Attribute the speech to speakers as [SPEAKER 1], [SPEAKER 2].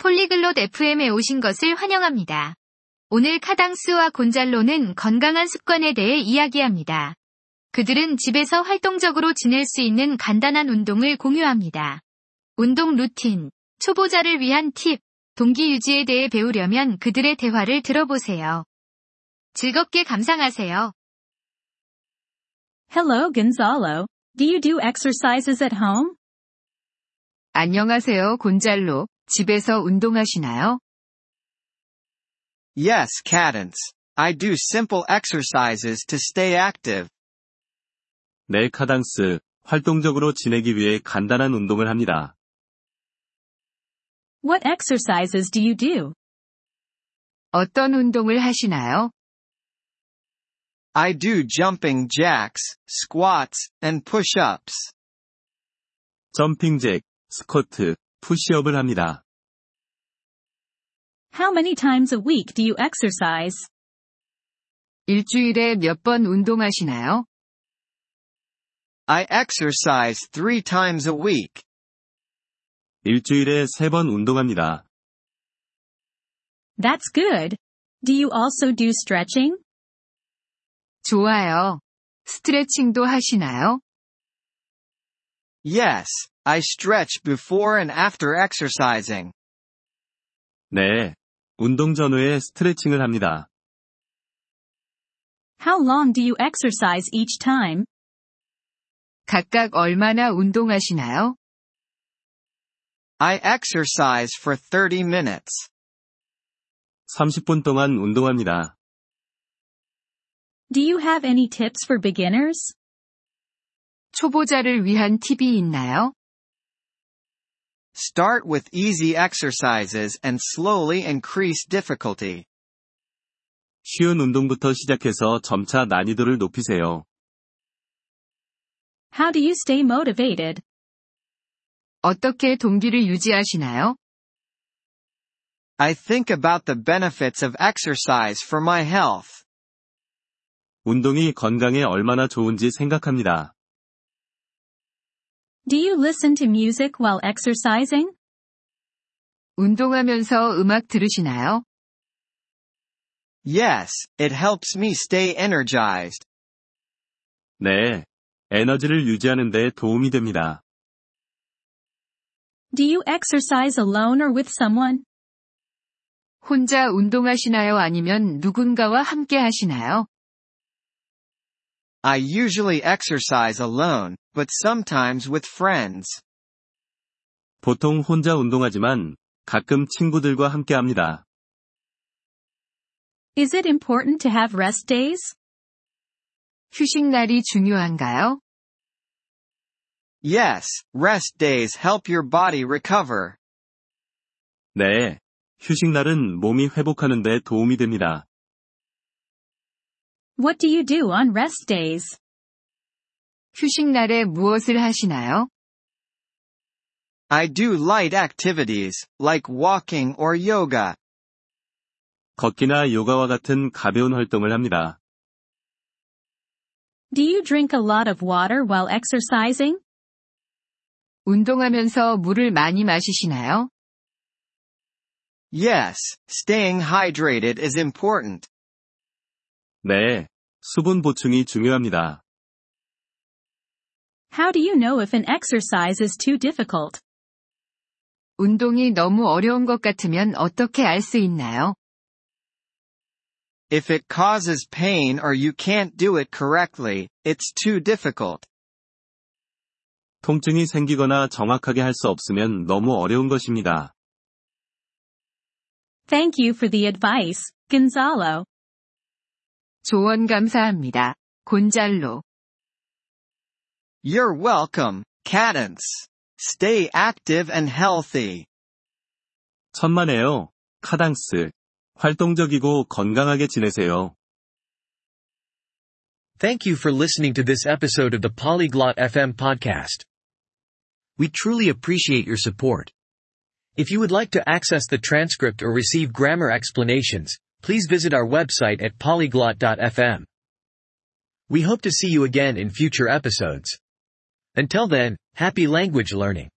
[SPEAKER 1] 폴리글롯 FM에 오신 것을 환영합니다. 오늘 카당스와 곤잘로는 건강한 습관에 대해 이야기합니다. 그들은 집에서 활동적으로 지낼 수 있는 간단한 운동을 공유합니다. 운동 루틴, 초보자를 위한 팁, 동기 유지에 대해 배우려면 그들의 대화를 들어보세요. 즐겁게 감상하세요.
[SPEAKER 2] Hello, Gonzalo. Do you do exercises at home?
[SPEAKER 1] 안녕하세요, 곤잘로. 집에서 운동하시나요?
[SPEAKER 3] Yes, Cadence. I do simple exercises to stay active.
[SPEAKER 4] 네, 카당스. 활동적으로 지내기 위해 간단한 운동을 합니다.
[SPEAKER 2] What exercises do you do?
[SPEAKER 1] 어떤 운동을 하시나요?
[SPEAKER 3] I do jumping jacks, squats, and push-ups.
[SPEAKER 4] 점핑잭, 스쿼트, 푸시업을 합니다.
[SPEAKER 2] How many times a week do you exercise?
[SPEAKER 1] 일주일에 몇 번 운동하시나요?
[SPEAKER 3] I exercise three times a week.
[SPEAKER 4] 일주일에 3번 운동합니다.
[SPEAKER 2] That's good. Do you also do stretching?
[SPEAKER 1] 좋아요. 스트레칭도 하시나요?
[SPEAKER 3] Yes, I stretch before and after exercising.
[SPEAKER 4] 네. 운동 전후에 스트레칭을 합니다.
[SPEAKER 2] How long do you exercise each time?
[SPEAKER 1] 각각 얼마나 운동하시나요?
[SPEAKER 3] I exercise for 30 minutes.
[SPEAKER 4] 30분 동안 운동합니다.
[SPEAKER 2] Do you have any tips for beginners?
[SPEAKER 1] 초보자를 위한 팁이 있나요?
[SPEAKER 3] Start with easy exercises and slowly increase difficulty.
[SPEAKER 4] 쉬운 운동부터 시작해서 점차 난이도를 높이세요.
[SPEAKER 2] How do you stay motivated?
[SPEAKER 1] 어떻게 동기를 유지하시나요?
[SPEAKER 3] I think about the benefits of exercise for my health.
[SPEAKER 4] 운동이 건강에 얼마나 좋은지 생각합니다.
[SPEAKER 2] Do you listen to music while exercising?
[SPEAKER 1] 운동하면서 음악 들으시나요?
[SPEAKER 3] Yes, it helps me stay energized.
[SPEAKER 4] 네. 에너지를 유지하는 데 도움이 됩니다.
[SPEAKER 2] Do you exercise alone or with someone?
[SPEAKER 1] 혼자 운동하시나요? 아니면 누군가와 함께 하시나요?
[SPEAKER 3] I usually exercise alone, but sometimes with friends.
[SPEAKER 4] 보통 혼자 운동하지만 가끔 친구들과 함께 합니다.
[SPEAKER 2] Is it important to have rest days?
[SPEAKER 1] 휴식날이 중요한가요?
[SPEAKER 3] Yes, rest days help your body recover.
[SPEAKER 4] 네. 휴식날은 몸이 회복하는 데 도움이 됩니다.
[SPEAKER 2] What do you do on rest days?
[SPEAKER 1] 휴식날에 무엇을 하시나요?
[SPEAKER 3] I do light activities, like walking or yoga.
[SPEAKER 4] 걷기나 요가와 같은 가벼운 활동을 합니다.
[SPEAKER 2] Do you drink a lot of water while exercising?
[SPEAKER 1] 운동하면서 물을 많이 마시시나요?
[SPEAKER 3] Yes, staying hydrated is important.
[SPEAKER 4] 네. 수분 보충이 중요합니다.
[SPEAKER 2] How do you know if an exercise is too difficult?
[SPEAKER 1] 운동이 너무 어려운 것 같으면 어떻게 알 수 있나요?
[SPEAKER 3] If it causes pain or you can't do it correctly, it's too difficult.
[SPEAKER 4] 통증이 생기거나 정확하게 할 수 없으면 너무 어려운 것입니다.
[SPEAKER 2] Thank you for the advice, Gonzalo.
[SPEAKER 1] 조언 감사합니다. 곤잘로.
[SPEAKER 3] You're welcome, Cadence. Stay active and healthy.
[SPEAKER 4] 천만에요. 카당스. 활동적이고 건강하게 지내세요.
[SPEAKER 5] Thank you for listening to this episode of the Polyglot FM podcast. We truly appreciate your support. If you would like to access the transcript or receive grammar explanations, please visit our website at polyglot.fm. We hope to see you again in future episodes. Until then, happy language learning.